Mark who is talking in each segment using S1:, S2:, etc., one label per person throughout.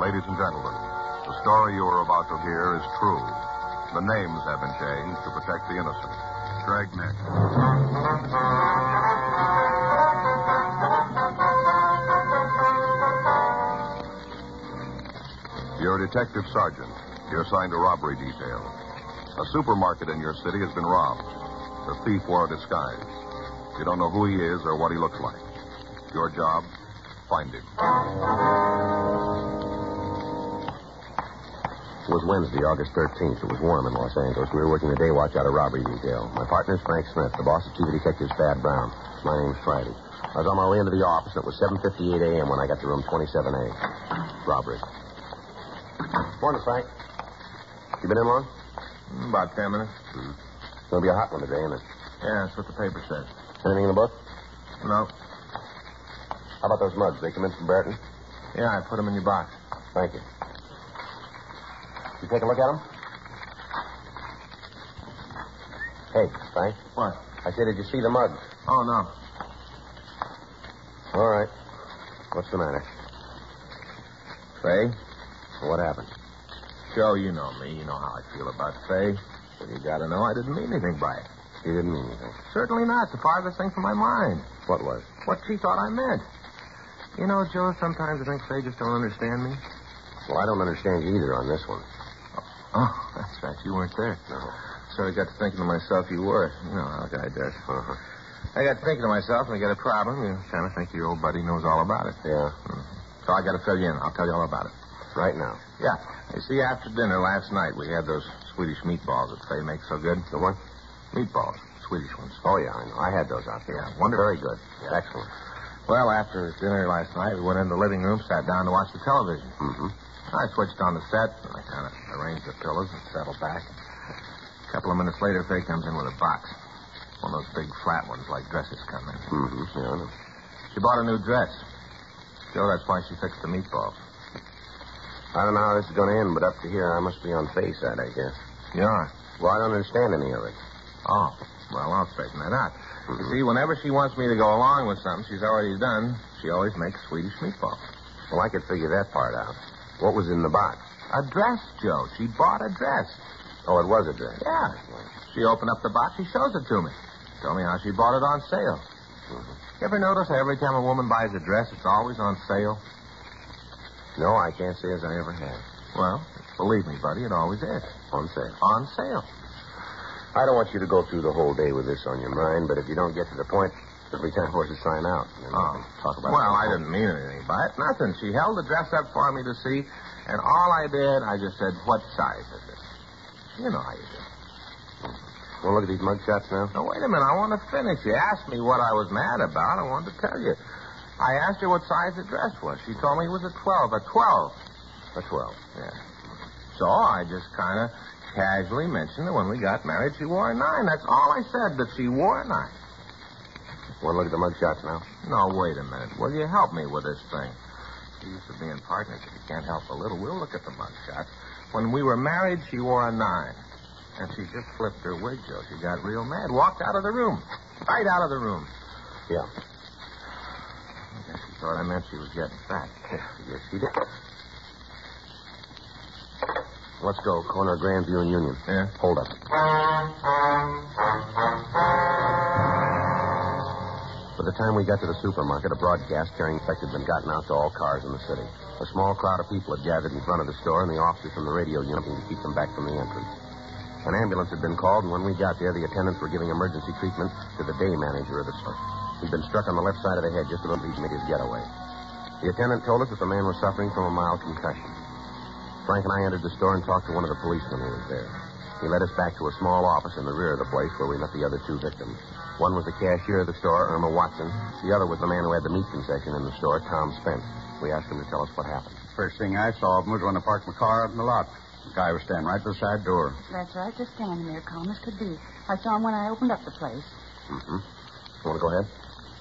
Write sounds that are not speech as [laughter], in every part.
S1: Ladies and gentlemen, the story you are about to hear is true. The names have been changed to protect the innocent. Dragnet. You're a detective sergeant. You're assigned a robbery detail. A supermarket in your city has been robbed. The thief wore a disguise. You don't know who he is or what he looks like. Your job, find him.
S2: It was Wednesday, August 13th. It was warm in Los Angeles. We were working the day watch out of robbery detail. My partner's Frank Smith. The boss is Chief of Detectives Thad Brown. My name's Friday. I was on my way into the office, and it was 7.58 a.m. when I got to room 27A. Robbery. Morning, Frank. You been in long?
S1: Hmm, About ten minutes.
S2: It's going to be a hot one today, isn't it?
S1: Yeah, that's what the paper says.
S2: Anything in the book?
S1: No.
S2: How about those mugs? They come in from Burton?
S1: Yeah, I put them in your box.
S2: Thank you. You take a look at them? Hey, Frank.
S1: What?
S2: I said, did you see the mugs?
S1: Oh, no.
S2: All right. What's the matter? Faye? What happened?
S1: Joe, you know me. You know how I feel about Faye. Well, you gotta know I didn't mean anything by it.
S2: You didn't mean anything.
S1: Certainly not. It's the farthest thing from my mind.
S2: What was?
S1: What she thought I meant. You know, Joe, sometimes I think Faye just don't understand me.
S2: Well, I don't understand you either on this one.
S1: Oh, that's right. You weren't there. No. Sort of got to thinking to myself you were. You know how a guy does. I got to thinking to myself, and I got a problem. You kind of think your old buddy knows all about it. Mm.
S2: Yeah.
S1: So I got to fill you in. I'll tell you all about it.
S2: Right now.
S1: Yeah. You see, after dinner last night, we had those Swedish meatballs that Faye makes so good.
S2: The what?
S1: Meatballs. Swedish ones.
S2: Oh, yeah, I know. I had those out there.
S1: Yeah, wonderful.
S2: Very good. Excellent.
S1: Well, after dinner last night, we went in the living room, sat down to watch the television.
S2: Mm-hmm.
S1: I switched on the set, and I kind of arranged the pillows and settled back. A couple of minutes later, Faye comes in with a box. One of those big flat ones like dresses come in.
S2: Mm-hmm. Yeah, I know.
S1: She bought a new dress. Joe, that's why she fixed the meatballs.
S2: I don't know how this is going to end, but up to here, I must be on face side, I guess.
S1: Yeah.
S2: Well, I don't understand any of it. Mm-hmm.
S1: Oh, well, I'll straighten that out. You see, whenever she wants me to go along with something she's already done, she always makes Swedish meatballs.
S2: Well, I could figure that part out. What was in the box?
S1: A dress, Joe. She bought a dress.
S2: Oh, it was a dress.
S1: Yeah. She opened up the box. She shows it to me. Told me how she bought it on sale.
S2: Mm-hmm.
S1: You ever notice how every time a woman buys a dress, it's always on sale?
S2: No, I can't say as I ever have.
S1: Well, believe me, buddy, it always is.
S2: On sale.
S1: On sale.
S2: I don't want you to go through the whole day with this on your mind, but if you don't get to the point, it'll be time for us to sign out. And then we
S1: Oh,
S2: can talk about it.
S1: Well, I didn't mean anything by it. Nothing. She held the dress up for me to see, and all I did, I just said, "What size is it?" You know how you do.
S2: Well, look at these mug shots now.
S1: Now wait a minute. I want to finish. You asked me what I was mad about. I wanted to tell you. I asked her what size the dress was. She told me it was a twelve. A twelve.
S2: A 12.
S1: Yeah. So I just kind of casually mentioned that when we got married, she wore a nine. That's all I said. That she wore a nine.
S2: Want to look at the mug shots now?
S1: No, wait a minute. Will you help me with this thing? The use of being partners, if you can't help a little, we'll look at the mug shots. When we were married, she wore a nine. And she just flipped her wig, Joe. She got real mad. Walked out of the room. Right out of the room.
S2: Yeah.
S1: I guess she thought I meant she was getting fat.
S2: Yes, he did. Let's go. Corner of Grandview and Union.
S1: Yeah?
S2: Hold up.
S1: Well, By the time we got to the supermarket, a broadcast carrying infected had been gotten out to all cars in the city. A small crowd of people had gathered in front of the store, and the officers from the radio unit to keep them back from the entrance. An ambulance had been called, and when we got there, the attendants were giving emergency treatment to the day manager of the store. He'd been struck on the left side of the head just about he'd made his getaway. The attendant told us that the man was suffering from a mild concussion. Frank and I entered the store and talked to one of the policemen who was there. He led us back to a small office in the rear of the place where we met the other two victims. One was the cashier of the store, Irma Watson. The other was the man who had the meat concession in the store, Tom Spence. We asked him to tell us what happened.
S2: First thing I saw of 'em was when I parked my car out in the lot. The guy was standing right beside the door.
S3: That's right, just standing there, calm as could be. I saw him when I opened up the place.
S1: Mm-hmm. You want to go ahead?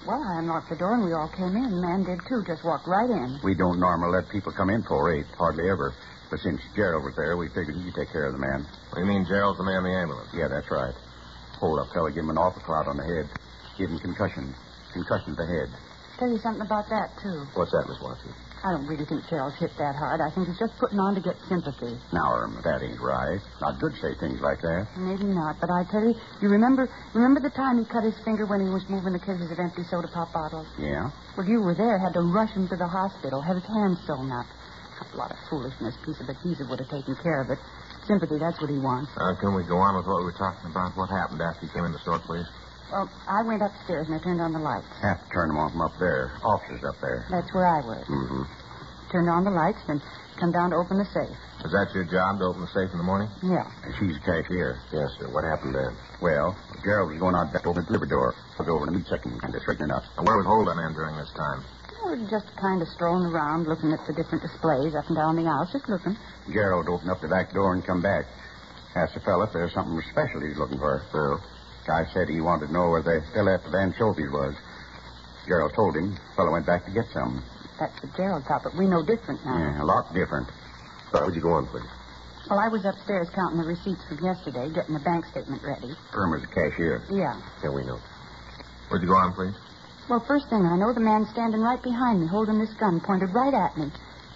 S3: Well, I unlocked the door and we all came in. The man did too, just walked right in.
S2: We don't normally let people come in for eight, hardly ever. But since Gerald was there, we figured he could take care of the man.
S4: You mean Gerald's the man in the ambulance?
S2: Yeah, that's right. Hold up, fella, give him an awful clout on the head. Give him concussion. Concussion to the head.
S3: Tell you something about that too.
S1: What's that, Miss Watson?
S3: I don't really think Gerald's hit that hard. I think he's just putting on to get sympathy.
S2: Now, Irma, that ain't right. Not good to say things like that.
S3: Maybe not, but I tell you, you remember remember the time he cut his finger when he was moving the cases of empty soda pop bottles?
S2: Yeah?
S3: Well, you were there, had to rush him to the hospital, had his hand sewn up. A lot of foolishness, piece of adhesive would have taken care of it. Sympathy, that's what he wants.
S4: Uh, can we go on with what we were talking about? What happened after you came in the store, please?
S3: Well, I went upstairs and I turned on the lights.
S2: Have to turn him off from up there. Officers up there.
S3: That's where I was.
S2: Mm-hmm.
S3: Turned on the lights and come down to open the safe.
S4: Is that your job to open the safe in the morning?
S3: Yeah.
S2: She's a cashier.
S1: Yes, sir. What happened then?
S2: Well, Gerald was going out back over the delivery door. Looked over in the meat section and just straightened up.
S4: And where was Holden in during this time?
S3: We were just kind of strolling around, looking at the different displays up and down the aisles, just looking.
S2: Gerald opened up the back door and come back. Asked the fella if there's something special he's looking for. Well, guy said he wanted to know where the fella at the Van Sophie's was. Gerald told him. Fella went back to get some.
S3: That's what Gerald thought, but we know different now.
S2: Yeah, a lot different.
S1: All right, would you go on, please?
S3: Well, I was upstairs counting the receipts from yesterday, getting the bank statement ready.
S2: Irma's a cashier.
S3: Yeah.
S1: Yeah, we know.
S4: Would you go on, please?
S3: Well, first thing I know, the man standing right behind me, holding this gun pointed right at me.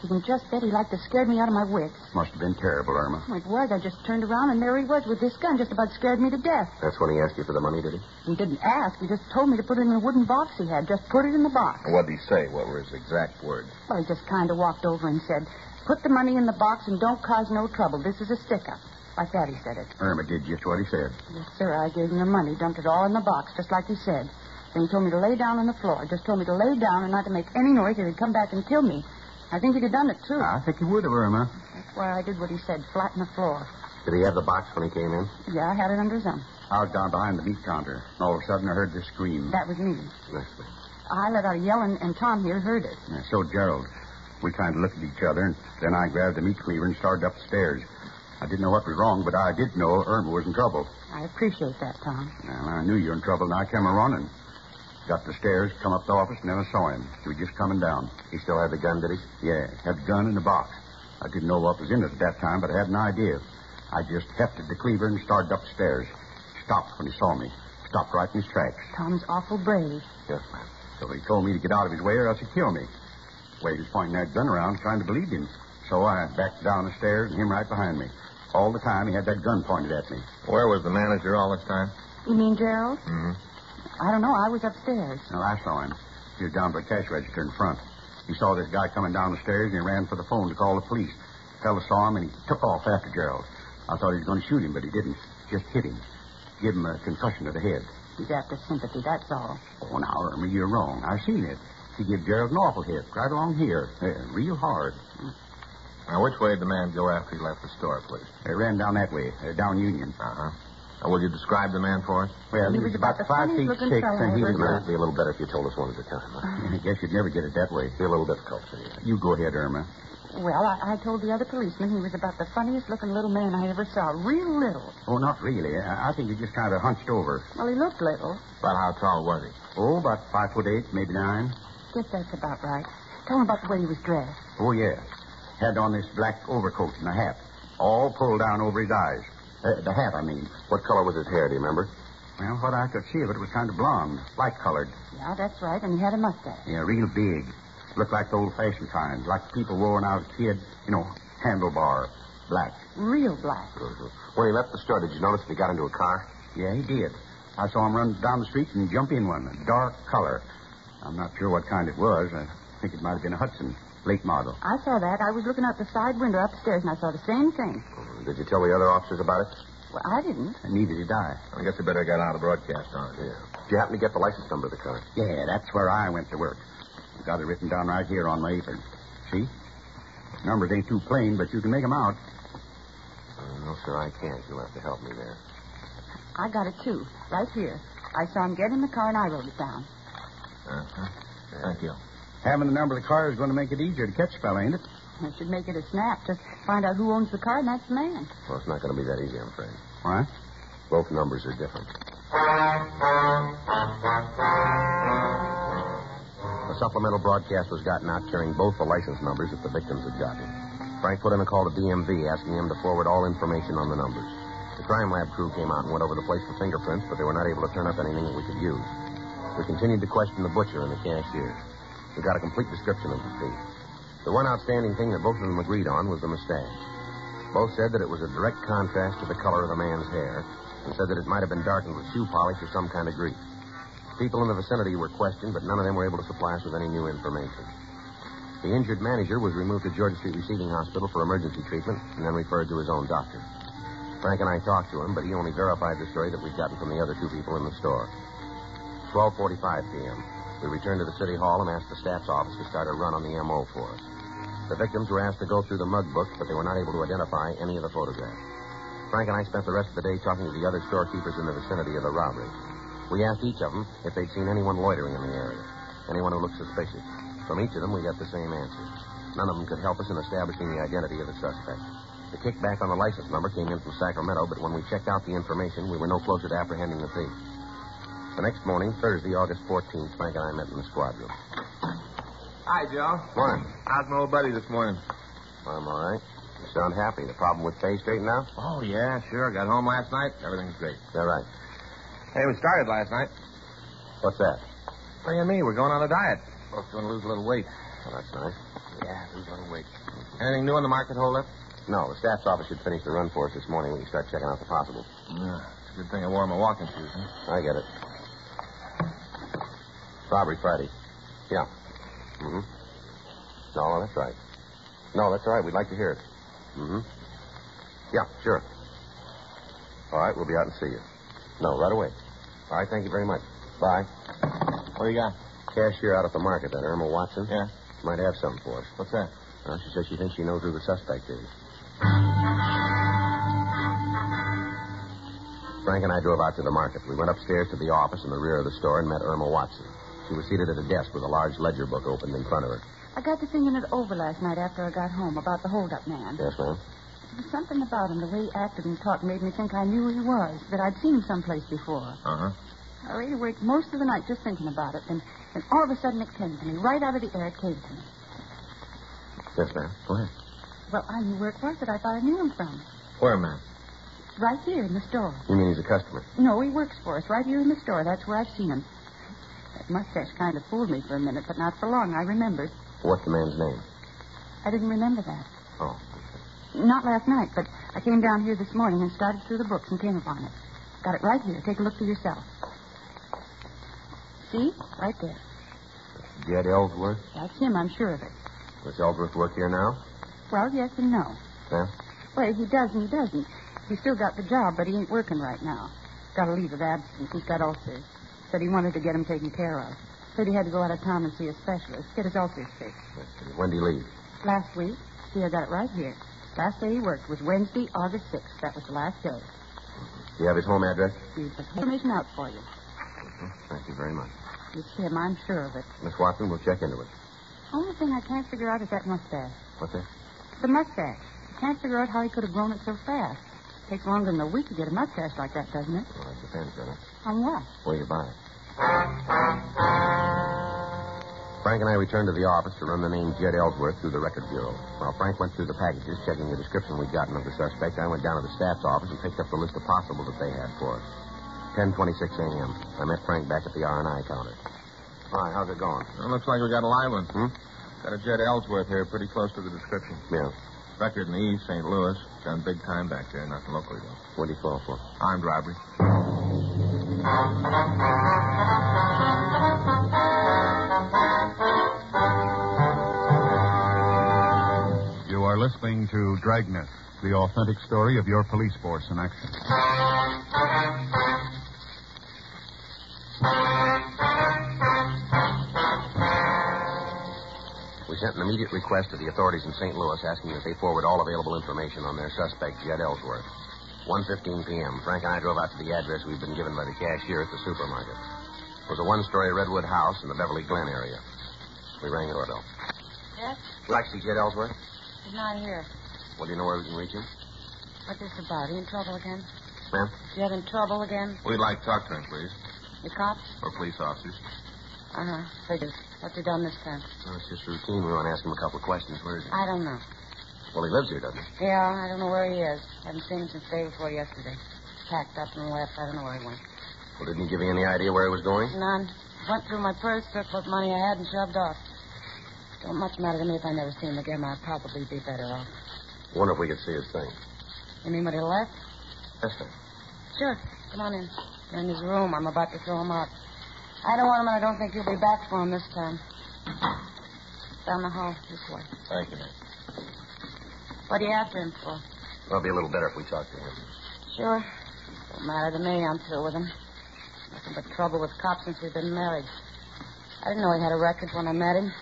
S3: You can just bet he liked to scared me out of my wits.
S2: Must have been terrible, Irma.
S3: It was. I just turned around and there he was with this gun, just about scared me to death.
S1: That's when he asked you for the money, did he?
S3: He didn't ask. He just told me to put it in a wooden box he had. Just put it in the box.
S4: What did he say? What were his exact words?
S3: Well, he just kind of walked over and said, Put the money in the box and don't cause no trouble. This is a stick up. Like that, he said it.
S2: Irma did just what he said.
S3: Yes, sir. I gave him the money, dumped it all in the box, just like he said. Then he told me to lay down on the floor. Just told me to lay down and not to make any noise or he'd come back and kill me. I think he'd have done it, too.
S2: I think he would have, Irma.
S3: That's why I did what he said, flat on the floor.
S1: Did he have the box when he came in?
S3: Yeah, I had it under his arm.
S2: I was down behind the meat counter. and All of a sudden, I heard this scream.
S3: That was me.
S1: Yes, sir.
S3: I let out a yell, and, and Tom here heard it.
S2: And so Gerald. We kind of looked at each other, and then I grabbed the meat cleaver and started up the stairs. I didn't know what was wrong, but I did know Irma was in trouble.
S3: I appreciate that, Tom.
S2: Well, I knew you were in trouble, and I came running. Got the stairs, come up the office, never saw him. He was just coming down.
S1: He still had the gun, did he?
S2: Yeah, had the gun in the box. I didn't know what was in it at that time, but I had an idea. I just hefted the cleaver and started up the stairs. Stopped when he saw me. Stopped right in his tracks.
S3: Tom's awful brave.
S1: Yes, ma'am.
S2: So he told me to get out of his way or else he'd kill me. Way he was pointing that gun around, trying to believe him. So I backed down the stairs and him right behind me. All the time he had that gun pointed at me.
S4: Where was the manager all this time?
S3: You mean Gerald?
S4: Mm-hmm.
S3: I don't know. I was upstairs.
S2: Now I saw him. He was down by the cash register in front. He saw this guy coming down the stairs and he ran for the phone to call the police. Fella saw him and he took off after Gerald. I thought he was going to shoot him, but he didn't. Just hit him. Give him a concussion to the head.
S3: He's after sympathy, that's all.
S2: Oh, now, Irma, you're wrong. I seen it. He gave Gerald an awful hit right along here, there, real hard.
S4: Now, which way did the man go after he left the store, please?
S2: They ran down that way, uh, down Union.
S4: Uh-huh. Now, will you describe the man for us?
S2: Well, he, was, about
S3: the
S2: five feet
S3: funniest looking
S2: six,
S3: fellow
S2: and he was.
S3: I ever
S1: Ma'am, it'd be a little better if you told us one at a time. Huh?
S2: I guess you'd never get it that way.
S1: Be a little difficult for you.
S2: You go ahead, Irma.
S3: Well, I, I told the other policeman he was about the funniest looking little man I ever saw. Real little.
S2: Oh, not really. I, I think he just kind of hunched over.
S3: Well, he looked little.
S4: About how tall was he?
S2: Oh, about five foot eight, maybe nine.
S3: Guess that's about right. Tell him about the way he was dressed.
S2: Oh, yes. Had on this black overcoat and a hat, all pulled down over his eyes. Uh, the hat, I mean.
S1: What color was his hair, do you remember?
S2: Well, what I could see of it was kind of blonde, light colored.
S3: Yeah, that's right. And he had a mustache.
S2: Yeah, real big. Looked like the old fashioned kind, like people wore when I was a kid. You know, handlebar, black.
S3: Real black.
S1: Mm-hmm. When he left the store, did you notice if he got into a car?
S2: Yeah, he did. I saw him run down the street and jump in one, a dark color.
S5: I'm not sure what kind it was. I think it might have been a Hudson, late model.
S3: I saw that. I was looking out the side window upstairs, and I saw the same thing.
S1: Mm-hmm.
S2: Did you tell the other officers about it?
S3: Well, I didn't.
S5: And neither did I.
S1: I guess we better get out of broadcast on it.
S2: Yeah. Did you happen to get the license number of the car?
S5: Yeah, that's where I went to work. I've got it written down right here on my apron. See? Numbers ain't too plain, but you can make 'em out.
S2: Uh, no, sir, I can't. You'll have to help me there.
S3: I got it, too, right here. I saw him get in the car, and I wrote it down.
S1: Uh-huh. Thank you.
S5: Having the number of the car is going to make it easier to catch a fella, ain't it?
S3: That should make it a snap. Just find out who owns the car, and that's the man.
S2: Well, it's not going to be that easy, I'm afraid.
S5: Why?
S2: Both numbers are different. A supplemental broadcast was gotten out carrying both the license numbers that the victims had gotten. Frank put in a call to DMV asking him to forward all information on the numbers. The crime lab crew came out and went over the place for fingerprints, but they were not able to turn up anything that we could use. We continued to question the butcher and the cashier. We got a complete description of the thief. The one outstanding thing that both of them agreed on was the mustache. Both said that it was a direct contrast to the color of the man's hair and said that it might have been darkened with shoe polish or some kind of grease. People in the vicinity were questioned, but none of them were able to supply us with any new information. The injured manager was removed to Georgia Street Receiving Hospital for emergency treatment and then referred to his own doctor. Frank and I talked to him, but he only verified the story that we'd gotten from the other two people in the store. 12.45 p.m. We returned to the city hall and asked the staff's office to start a run on the M.O. for us. The victims were asked to go through the mug book, but they were not able to identify any of the photographs. Frank and I spent the rest of the day talking to the other storekeepers in the vicinity of the robbery. We asked each of them if they'd seen anyone loitering in the area, anyone who looked suspicious. From each of them, we got the same answer. None of them could help us in establishing the identity of the suspect. The kickback on the license number came in from Sacramento, but when we checked out the information, we were no closer to apprehending the thief. The next morning, Thursday, August 14th, Frank and I met in the squad room.
S1: Hi, Joe.
S2: Morning.
S1: How's my old buddy this morning?
S2: I'm all right. You sound happy. The problem with pay straightened out?
S1: Oh, yeah, sure. Got home last night. Everything's great.
S2: All right.
S1: Hey, we started last night.
S2: What's that?
S1: What do you mean? We're going on a diet. Both going to lose a little weight. Mm-hmm.
S2: Well, that's nice.
S1: Yeah, lose a little weight. Anything new in the market holdup?
S2: No, the staff's office should finish the run for us this morning. We can start checking out the possible.
S1: Yeah. It's a good thing I wore my walking shoes, huh?
S2: I get it. Robbery Friday. Yeah. Mm-hmm. No, that's right. No, that's all right. We'd like to hear it. Mm-hmm. Yeah, sure. All right, we'll be out and see you. No, right away. All right, thank you very much. Bye.
S1: What do you got?
S2: Cashier out at the market, that Irma Watson.
S1: Yeah.
S2: Might have something for us.
S1: What's that?
S2: Well, she says she thinks she knows who the suspect is. Frank and I drove out to the market. We went upstairs to the office in the rear of the store and met Irma Watson. She was seated at a desk with a large ledger book opened in front of her.
S3: I got to thinking it over last night after I got home about the holdup man.
S2: Yes, ma'am.
S3: There was something about him, the way he acted and talked, made me think I knew who he was, that I'd seen him someplace before.
S1: Uh-huh.
S3: I laid awake most of the night just thinking about it, and, and all of a sudden it came to me. Right out of the air, it came to me.
S2: Yes, ma'am. Go ahead.
S3: Well, I knew where it was that I thought I knew him from.
S1: Where, man?
S3: Right here in the store.
S2: You mean he's a customer?
S3: No, he works for us right here in the store. That's where I've seen him. That mustache kind of fooled me for a minute, but not for long. I remembered.
S2: What's the man's name?
S3: I didn't remember that.
S2: Oh.
S3: Not last night, but I came down here this morning and started through the books and came upon it. Got it right here. Take a look for yourself. See? Right there.
S2: Jed Ellsworth?
S3: That's him, I'm sure of it.
S2: Does Ellsworth work here now?
S3: Well, yes and no.
S2: Yeah?
S3: Well, he does and he doesn't. He's still got the job, but he ain't working right now. Got a leave of absence. He's got ulcers. Said he wanted to get 'em taken care of. Said he had to go out of town and see a specialist, get his ulcers fixed.
S2: When do you leave?
S3: Last week, see, I got it right here. Last day he worked was Wednesday, August 6th. That was the last day.
S2: Do you have his home address?
S3: He's the information out for you.
S2: Thank you very much.
S3: It's him, I'm sure of it.
S2: Miss Watson, we'll check into it.
S3: Only thing I can't figure out is that mustache.
S2: What's that?
S3: The mustache. Can't figure out how he could have grown it so fast. Takes longer than a week to get a mustache like that, doesn't it?
S2: Well, it depends on it.
S3: On what?
S2: Where you buy it. Frank and I returned to the office to run the name Jed Ellsworth through the record bureau. While Frank went through the packages, checking the description we'd gotten of the suspect, I went down to the staff's office and picked up the list of possible that they had for us. 10.26 a.m. I met Frank back at the R&I counter. Hi, how's it going?
S1: Well, looks like we got a live one.
S2: Hmm?
S1: Got a Jed Ellsworth here, pretty close to the description.
S2: Yeah.
S1: Record in the East, St. Louis. Done big time back there, nothing locally though.
S2: What do you fall for?
S1: Armed robbery.
S6: listening to Dragnet, the authentic story of your police force in action.
S2: We sent an immediate request to the authorities in St. Louis asking that they forward all available information on their suspect, Jed Ellsworth. 1.15 p.m., Frank and I drove out to the address we'd been given by the cashier at the supermarket. It was a one-story redwood house in the Beverly Glen area. We rang the doorbell.
S3: Yes?
S2: Would you like to see Jed Ellsworth?
S3: He's not here.
S2: Well, do you know where we can reach him?
S3: What's this about? You in trouble again?
S2: Ma'am?
S3: You having trouble again?
S1: We'd like to talk to him, please.
S3: The cops?
S1: Or police officers.
S3: Uh huh. Figures. What you done this time?
S2: Well, it's just routine. We want to ask him a couple of questions. Where is he?
S3: I don't know.
S2: Well, he lives here, doesn't he?
S3: Yeah, I don't know where he is. Haven't seen him since day before yesterday. Packed up and left. I don't know where he went.
S2: Well, didn't he give you any idea where he was going?
S3: None. Went through my purse, took what money I had, and shoved off. Don't much matter to me if I never see him again. I'd probably be better off.
S2: Wonder if we could see his thing.
S3: You mean what he left?
S2: Yes, sir.
S3: Sure. Come on in. They're in his room. I'm about to throw him out. I don't want him, and I don't think you'll be back for him this time. Down the hall, this way.
S2: Thank you, ma'am.
S3: What are you after him for?
S2: It'll be a little better if we talk to him.
S3: Sure. Don't matter to me. I'm through with him. Nothing but trouble with cops since we've been married. I didn't know he had a record when I met him.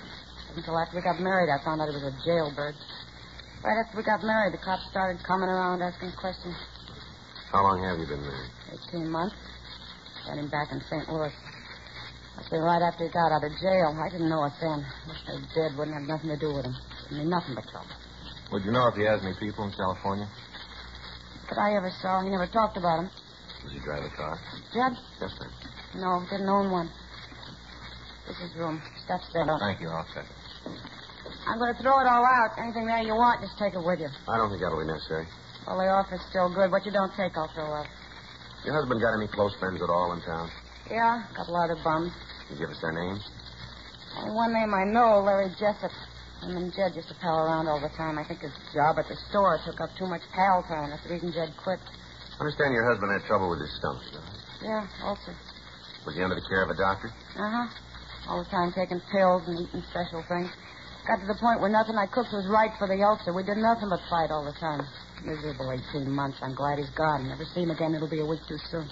S3: Until after we got married, I found out he was a jailbird. Right after we got married, the cops started coming around asking questions.
S2: How long have you been married?
S3: 18 months. Got him back in St. Louis. Must be right after he got out of jail. I didn't know it then. Wish they did. Wouldn't have nothing to do with him. I mean, nothing but trouble.
S1: Would you know if he has any people in California?
S3: That I ever saw. He never talked about him.
S2: Does he drive a car?
S3: Jed?
S2: Yes, sir.
S3: No, didn't own one. This is room. Stuff's there. Don't...
S2: Thank you. I'll check it.
S3: I'm going to throw it all out. Anything there you want, just take it with you.
S2: I don't think that'll be necessary.
S3: Well, the offer's still good. What you don't take, I'll throw out.
S2: Your husband got any close friends at all in town?
S3: Yeah, a couple other bums.
S2: Can you give us their names?
S3: Only one name I know, Larry Jessup. Him and Jed used to pal around all the time. I think his job at the store took up too much pal time. That's the reason Jed quit.
S2: I understand your husband had trouble with his stomach. doesn't he?
S3: Yeah, ulcers.
S2: Was he under the care of a doctor?
S3: Uh-huh. All the time taking pills and eating special things. Got to the point where nothing I cooked was right for the ulcer. We did nothing but fight all the time. Miserable 18 months. I'm glad he's gone. Never see him again. It'll be a week too soon.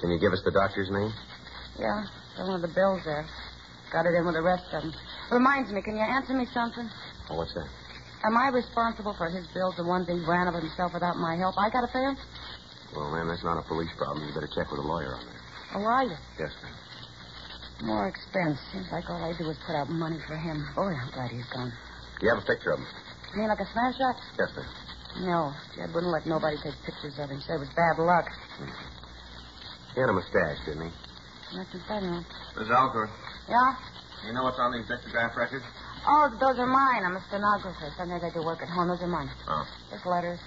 S2: Can you give us the doctor's name?
S3: Yeah, got one of the bills there. Got it in with the rest of them. Reminds me, can you answer me something?
S2: Oh, what's that?
S3: Am I responsible for his bills, the ones he ran of himself without my help? I gotta pay him?
S2: Well, ma'am, that's not a police problem. You better check with a lawyer on that.
S3: Or are you?
S2: Yes, ma'am.
S3: More expense. Seems like all I do is put out money for him. Boy, I'm glad he's gone.
S2: Do you have a picture of him?
S3: You mean like a smash up?
S2: Yes, ma'am.
S3: No, Jed wouldn't let nobody take pictures of him. Said it was bad luck.
S2: He had a mustache, didn't he?
S3: Nothing funny.
S1: Miss Ellsworth,
S3: Yeah?
S1: you know what's on these dictograph records?
S3: Oh, those are mine. I'm a stenographer. Sometimes I do work at home. Those are mine.
S2: Oh.
S3: Just letters.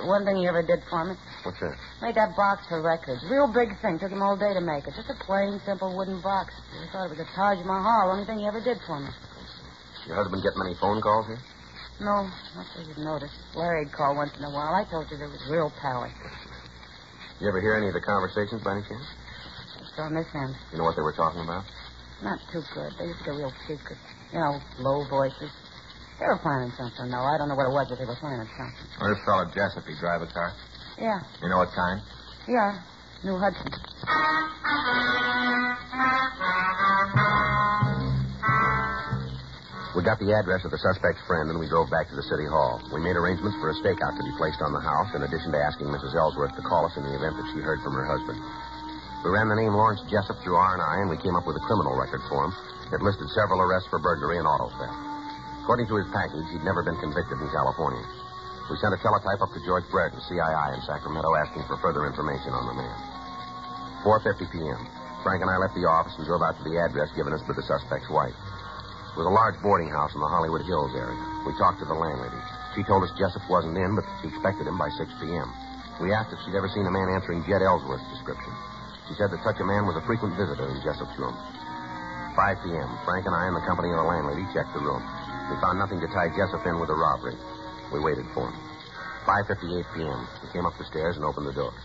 S3: The one thing you ever did for me.
S2: What's that?
S3: Made that box for records. Real big thing. Took him all day to make it. Just a plain, simple wooden box. I thought it was a Taj Mahal. Only thing he ever did for me.
S2: Your husband get many phone calls here?
S3: No, not sure you'd notice. Larry'd call once in a while. I told you there was real power.
S2: You ever hear any of the conversations by any chance?
S3: Just on this end.
S2: You know what they were talking about?
S3: Not too good. They used to get real secret. You know, low voices. They were planning something, though. I don't know what it was, but they were planning something.
S1: Well, this fellow Jessup, he drive a car.
S3: Yeah,
S1: You know what kind?
S3: yeah. New Hudson.
S2: We got the address of the suspect's friend, and we drove back to the city hall. We made arrangements for a stakeout to be placed on the house, in addition to asking Mrs. Ellsworth to call us in the event that she heard from her husband. We ran the name Lawrence Jessup through R&I, and we came up with a criminal record for him that listed several arrests for burglary and auto theft. According to his package, he'd never been convicted in California. We sent a teletype up to George Brereton, CII in Sacramento, asking for further information on the man. 4.50 p.m. Frank and I left the office and drove out to the address given us by the suspect's wife. It was a large boarding house in the Hollywood Hills area. We talked to the landlady. She told us Jessup wasn't in, but she expected him by 6 p.m. We asked if she'd ever seen a man answering Jed Ellsworth's description. She said that such a man was a frequent visitor in Jessup's room. 5 p.m. Frank and I, in the company of the landlady, checked the room. We found nothing to tie Jessup in with the robbery. We waited for him. 5.58 p.m. He came up the stairs and opened the door.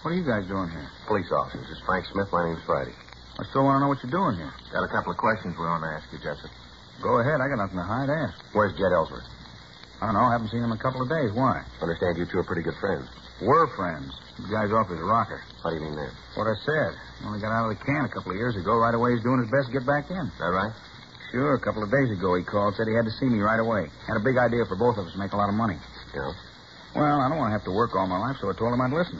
S5: What are you guys doing here?
S2: Police officer. This is Frank Smith. My name's Friday.
S5: I still want to know what you're doing here.
S1: Got a couple of questions we want to ask you, Jessup.
S5: Go ahead. I got nothing to hide. Ask.
S2: Where's Jed Ellsworth?
S5: I don't know. Haven't seen him in a couple of days. Why?
S2: Understand you two are pretty good friends.
S5: We're friends. The guy's off his rocker.
S2: How do you mean that?
S5: What I said. When we got out of the can a couple of years ago, right away he's doing his best to get back in.
S2: Is that right?
S5: Sure. A couple of days ago he called, said he had to see me right away. Had a big idea for both of us, make a lot of money.
S2: Yeah.
S5: Well, I don't want to have to work all my life, so I told him I'd listen.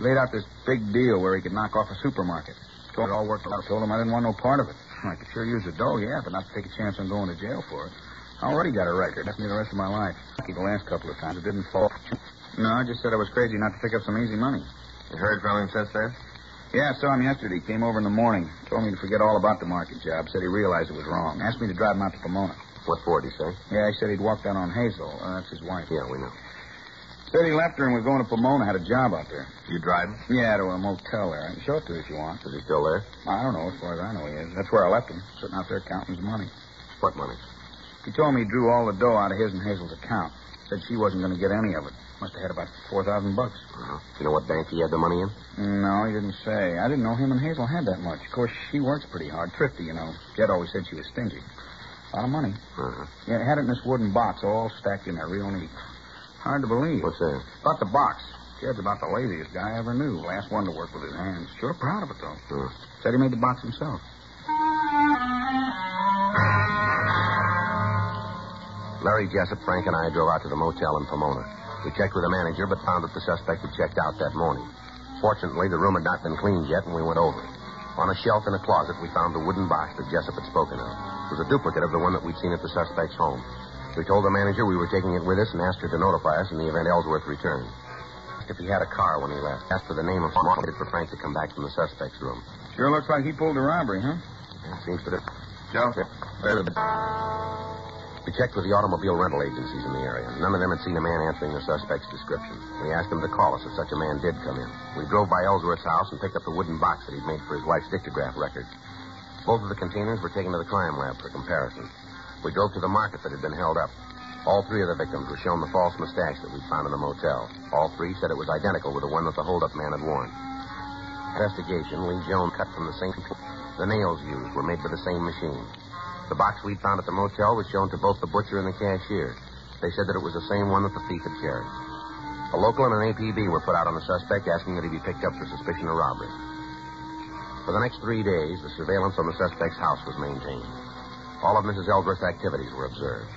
S5: He laid out this big deal where he could knock off a supermarket. Told it all worked out. Told him I didn't want no part of it. [laughs] I could sure use a dough, yeah, but not to take a chance on going to jail for it. I already got a record. That's me the rest of my life. Lucky the last couple of times. It didn't fall. No, I just said I was crazy not to pick up some easy money.
S2: You heard from him since then?
S5: Yeah, I saw him yesterday. He came over in the morning. Told me to forget all about the market job. Said he realized it was wrong. Asked me to drive him out to Pomona.
S2: What for, do you say?
S5: Yeah, he said he'd walk down on Hazel. Uh, that's his wife.
S2: Yeah, we know.
S5: Said he left her and was going to Pomona. Had a job out there.
S2: You drive him?
S5: Yeah, to a motel there. I can show it to you if you want.
S2: Is he still there?
S5: I don't know, as far as I know he is. That's where I left him, sitting out there counting his money.
S2: What money?
S5: He told me he drew all the dough out of his and Hazel's account. Said she wasn't going to get any of it. Must have had about 4000 bucks.
S2: Uh-huh. You know what bank he had the money in?
S5: No, he didn't say. I didn't know him and Hazel had that much. Of course, she works pretty hard. Thrifty, you know. Jed always said she was stingy. A lot of money.
S2: Uh-huh.
S5: Yeah, had it in this wooden box, all stacked in there, real neat. Hard to believe.
S2: What's that?
S5: About the box. Jed's about the laziest guy I ever knew. Last one to work with his hands. Sure proud of it, though.
S2: Huh.
S5: Said he made the box himself.
S2: Larry Jessup, Frank, and I drove out to the motel in Pomona. We checked with the manager, but found that the suspect had checked out that morning. Fortunately, the room had not been cleaned yet, and we went over it. On a shelf in a closet, we found the wooden box that Jessup had spoken of. It was a duplicate of the one that we'd seen at the suspect's home. We told the manager we were taking it with us and asked her to notify us in the event Ellsworth returned. Asked if he had a car when he left. Asked for the name of someone waited for Frank to come back from the suspect's room.
S5: Sure looks like he pulled a robbery, huh?
S2: That seems to do. Joe? We checked with the automobile rental agencies in the area. None of them had seen a man answering the suspect's description. We asked them to call us if such a man did come in. We drove by Ellsworth's house and picked up the wooden box that he'd made for his wife's dictograph record. Both of the containers were taken to the crime lab for comparison. We drove to the market that had been held up. All three of the victims were shown the false mustache that we'd found in the motel. All three said it was identical with the one that the holdup man had worn. Investigation, Lee Jones cut from the same. The nails used were made by the same machine. The box we found at the motel was shown to both the butcher and the cashier. They said that it was the same one that the thief had carried. A local and an APB were put out on the suspect, asking that he be picked up for suspicion of robbery. For the next three days, the surveillance on the suspect's house was maintained. All of Mrs. Ellsworth's activities were observed.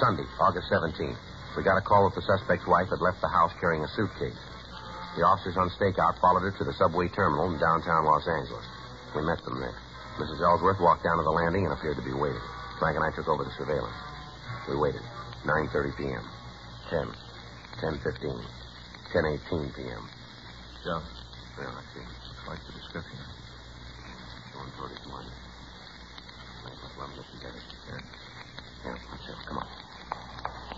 S2: Sunday, August 17th, we got a call that the suspect's wife had left the house carrying a suitcase. The officers on stakeout followed her to the subway terminal in downtown Los Angeles. We met them there. Mrs. Ellsworth walked down to the landing and appeared to be waiting. Frank and I took over the surveillance. We waited. 9.30 p.m. 10. 10.15. 10.18 p.m.
S1: Joe,
S2: Yeah, I see.
S1: looks like the description.
S2: 141. Wait, let- let me look and get it. Yeah. Yeah, that's it. Come on.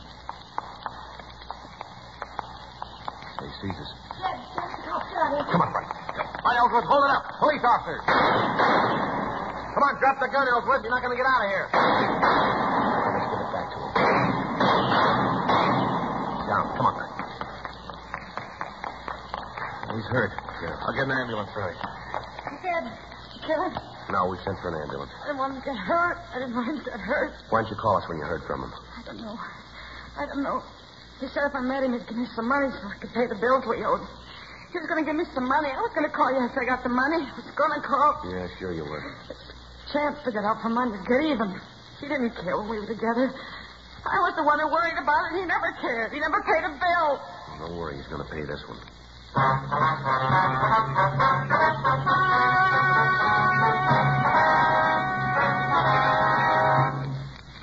S2: He sees us. Come on, Frank.
S1: All right, Ellsworth, hold it up. Police officers. Come on, drop the gun, Ellsworth. You're not going to get out of here.
S2: Let's give it back to him. Down. Come on, Frank. He's hurt. Yeah.
S1: I'll get an ambulance ready.
S3: Dad, Dad,
S2: No, we sent for an ambulance.
S3: I didn't want him to get hurt. I didn't want him to get hurt.
S2: Why don't you call us when you heard from him?
S3: I don't know. I don't know. He said if I met him, he'd give me some money so I could pay the bills we owed. He was going to give me some money. I was going to call you after I got the money. I was going to call.
S2: Yeah, sure you were.
S3: Chance figured out for money to get even. He didn't care when we were together. I was the one who worried about it. He never cared. He never paid a bill.
S2: Oh, Don't worry, he's going to pay this one.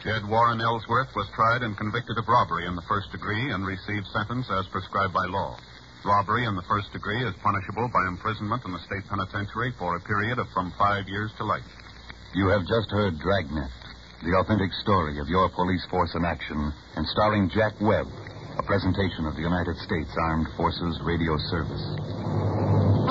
S6: Jed Warren Ellsworth was tried and convicted of robbery in the first degree and received sentence as prescribed by law. Robbery in the first degree is punishable by imprisonment in the state penitentiary for a period of from five years to life.
S5: You have just heard Dragnet, the authentic story of your police force in action, and starring Jack Webb, a presentation of the United States Armed Forces Radio Service.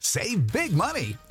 S7: Save big money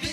S8: big